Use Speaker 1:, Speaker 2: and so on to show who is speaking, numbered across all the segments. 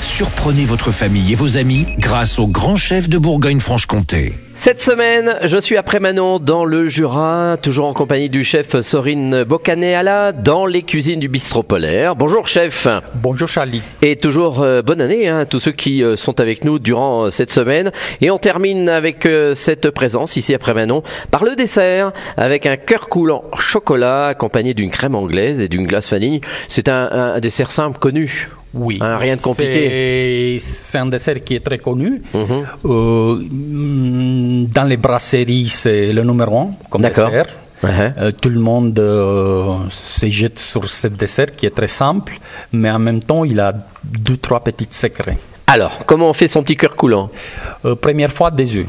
Speaker 1: Surprenez votre famille et vos amis grâce au grand chef de Bourgogne-Franche-Comté.
Speaker 2: Cette semaine, je suis après Manon dans le Jura, toujours en compagnie du chef Sorine Bocaneala dans les cuisines du bistrot polaire. Bonjour chef
Speaker 3: Bonjour Charlie.
Speaker 2: et toujours euh, bonne année hein, à tous ceux qui euh, sont avec nous durant euh, cette semaine. Et on termine avec euh, cette présence ici après Manon par le dessert avec un cœur coulant chocolat accompagné d'une crème anglaise et d'une glace vanille. C'est un, un- un dessert simple connu.
Speaker 3: Oui.
Speaker 2: Hein, rien de compliqué. Mhm.
Speaker 3: C'est- C'est un dessert qui est très connu. Euh, mm, dans les brasseries, c'est le numéro un comme
Speaker 2: D'accord.
Speaker 3: dessert.
Speaker 2: Ouais.
Speaker 3: Euh, tout le monde euh, se jette sur ce dessert qui est très simple, mais en même temps, il a deux, trois petits secrets.
Speaker 2: Alors, comment on fait son petit cœur coulant
Speaker 3: Euh, première fois, des œufs.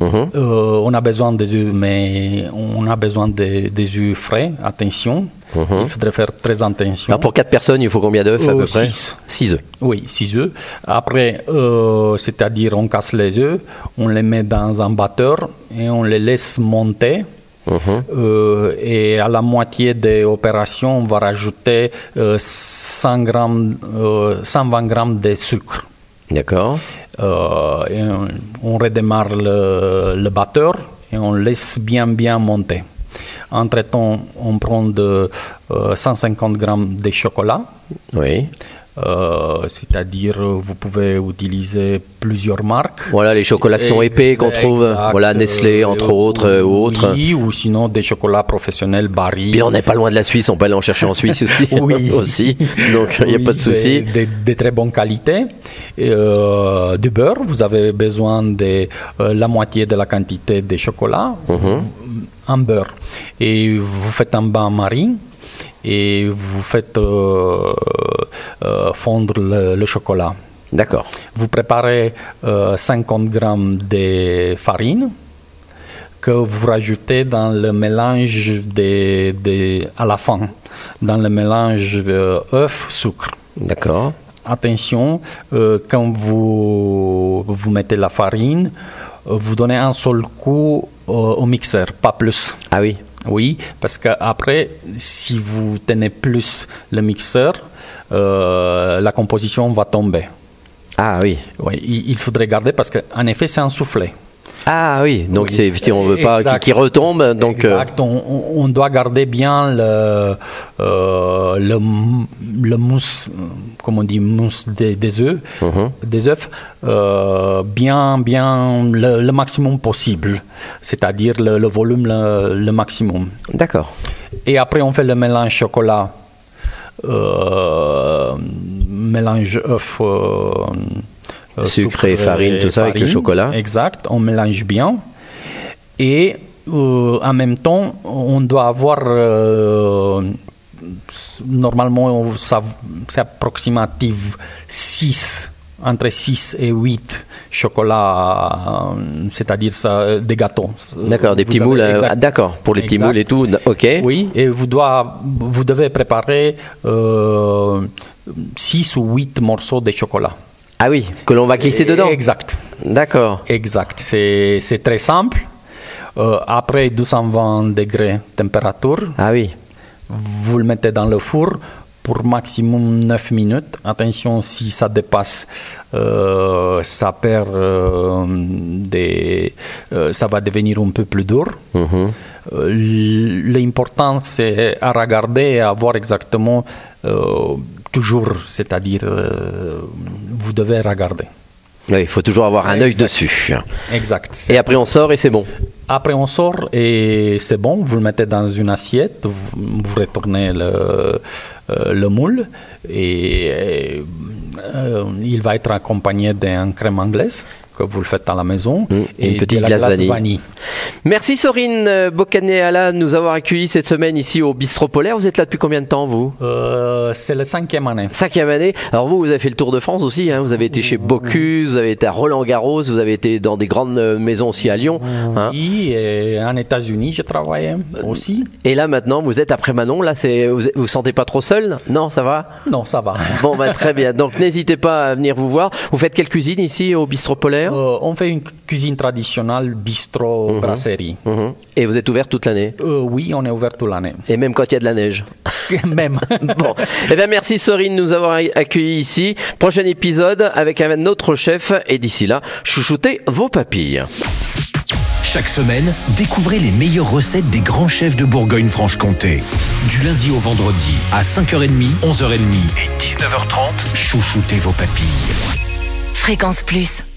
Speaker 2: Mhm.
Speaker 3: Euh, on a besoin des œufs, mais on a besoin des, des œufs frais. Attention, il faudrait faire très attention.
Speaker 2: Alors, Mhm. Ah, pour quatre personnes, il faut combien d'œufs à
Speaker 3: Euh,
Speaker 2: peu près
Speaker 3: six.
Speaker 2: Six œufs.
Speaker 3: Oui, 6 œufs. Après, euh, c'est-à-dire on casse les œufs, on les met dans un batteur et on les laisse monter. Euh, et à la moitié des opérations, on va rajouter euh, 100 grammes, euh, 120 grammes de sucre.
Speaker 2: D'accord.
Speaker 3: Euh, et on, on redémarre le, le batteur et on laisse bien bien monter. Entre-temps, on prend de, euh, 150 grammes de chocolat.
Speaker 2: Oui.
Speaker 3: Euh, c'est-à-dire euh, vous pouvez utiliser plusieurs marques.
Speaker 2: Voilà, les chocolats qui sont épais qu'on trouve,
Speaker 3: Exact,
Speaker 2: voilà, Nestlé,
Speaker 3: euh,
Speaker 2: entre
Speaker 3: ou-
Speaker 2: autres, euh, ou autres.
Speaker 3: Oui, ou sinon des chocolats professionnels Barry.
Speaker 2: Puis on n'est pas loin de la Suisse, on peut aller en chercher en Suisse aussi.
Speaker 3: Oui.
Speaker 2: aussi. Donc il n'y a
Speaker 3: Oui,
Speaker 2: pas de
Speaker 3: des-
Speaker 2: souci.
Speaker 3: Des, des très bonnes qualités. Et, euh, du beurre, vous avez besoin de euh, la moitié de la quantité de chocolat
Speaker 2: Mhm.
Speaker 3: en beurre. Et vous faites un bain-marie et vous faites euh, euh, fondre le- le chocolat.
Speaker 2: D'accord.
Speaker 3: Vous préparez euh, 50 grammes de farine que vous rajoutez dans le mélange des des- à la fin, dans le mélange de œuf sucre.
Speaker 2: D'accord.
Speaker 3: Attention, euh, quand vous, vous mettez la farine, euh, vous donnez un seul coup euh, au mixeur, pas plus.
Speaker 2: Ah oui.
Speaker 3: Oui, parce qu'après, si vous tenez plus le mixeur, euh, la composition va tomber.
Speaker 2: Ah oui.
Speaker 3: Oui, il il faudrait garder parce qu'en effet, c'est un soufflet.
Speaker 2: Ah oui. Donc
Speaker 3: Oui.
Speaker 2: c'est, si on veut pas qu'il
Speaker 3: Exact.
Speaker 2: qu'il retombe. Donc euh,
Speaker 3: Exact. On- On, on doit garder bien le, euh, le, m- le mousse, euh, comment on dit, mousse des, des œufs,
Speaker 2: Mhm.
Speaker 3: des œufs euh, bien, bien le, le maximum possible, c'est-à-dire le, le volume le, le maximum.
Speaker 2: d'accord.
Speaker 3: Et après, on fait le mélange chocolat, euh, mélange œuf, euh, euh,
Speaker 2: Sucre et farine, tout ça, avec le chocolat.
Speaker 3: Exact, on mélange bien. Et euh, en même temps, on doit avoir. euh, s- normalement, on- ça- c'est approximatif 6 entre 6 et 8 chocolats, euh, c'est-à-dire ça, des gâteaux.
Speaker 2: D'accord. Des
Speaker 3: Vous
Speaker 2: petits
Speaker 3: avez-
Speaker 2: moules. euh,
Speaker 3: exact.
Speaker 2: ah, d'accord. Pour les petits
Speaker 3: Exact.
Speaker 2: moules et tout. d- Ok.
Speaker 3: Oui, et vous, doit, vous devez préparer 6 ou 8 morceaux de chocolat.
Speaker 2: Ah oui. Que l'on va glisser dedans.
Speaker 3: Exact,
Speaker 2: D'accord.
Speaker 3: exact. C'est c'est très simple. Euh, après 220 degrés température,
Speaker 2: Ah oui.
Speaker 3: vous le mettez dans le four pour maximum 9 minutes. Attention, si ça dépasse, euh, ça perd euh, des, euh, ça va devenir un peu plus dur. Euh, l- L'important, c'est à regarder et à voir exactement euh, toujours, c'est-à-dire, euh, vous devez regarder.
Speaker 2: Oui. Il faut toujours avoir un œil
Speaker 3: Exact.
Speaker 2: dessus.
Speaker 3: Exact.
Speaker 2: Et après on sort et c'est bon.
Speaker 3: Après, on sort et c'est bon. Vous le mettez dans une assiette, vous, vous retournez le, euh, le moule et euh, il va être accompagné d'un crème anglaise que vous le faites à la maison
Speaker 2: et Mmh, une
Speaker 3: de
Speaker 2: petite
Speaker 3: la
Speaker 2: glace vanille. Merci Sorine Bocaneala de nous avoir accueillis cette semaine ici au Bistro Polaire. Vous êtes là depuis combien de temps vous
Speaker 3: Euh, c'est la cinquième année.
Speaker 2: Cinquième année. Alors vous, vous avez fait le tour de France aussi. hein. Vous avez été chez Bocuse, vous avez été à Roland Garros, vous avez été dans des grandes euh, maisons aussi à Lyon. hein.
Speaker 3: Oui, et en États-Unis, j'ai travaillé aussi.
Speaker 2: Et là maintenant, vous êtes après Manon. Là, c'est vous vous sentez pas trop seul Non, ça va.
Speaker 3: Non, ça va.
Speaker 2: Bon, bah, très bien. Donc n'hésitez pas à venir vous voir. Vous faites quelle cuisine ici au Bistro Polaire culinaire
Speaker 3: Euh, on fait une cuisine traditionnelle,
Speaker 2: Mmh.
Speaker 3: bistrot, brasserie.
Speaker 2: Mhm. Et vous êtes ouvert toute l'année
Speaker 3: Euh, oui, on est ouvert toute l'année.
Speaker 2: et même quand il y a de la neige.
Speaker 3: Même.
Speaker 2: Bon, eh bien merci Sorine de nous avoir accueillis ici. Prochain épisode avec un autre chef et d'ici là, chouchoutez vos papilles.
Speaker 1: Chaque semaine, découvrez les meilleures recettes des grands chefs de Bourgogne-Franche-Comté. Du lundi au vendredi, à 5h30, 11h30 et 19h30, chouchoutez vos papilles.
Speaker 4: Fréquence Plus.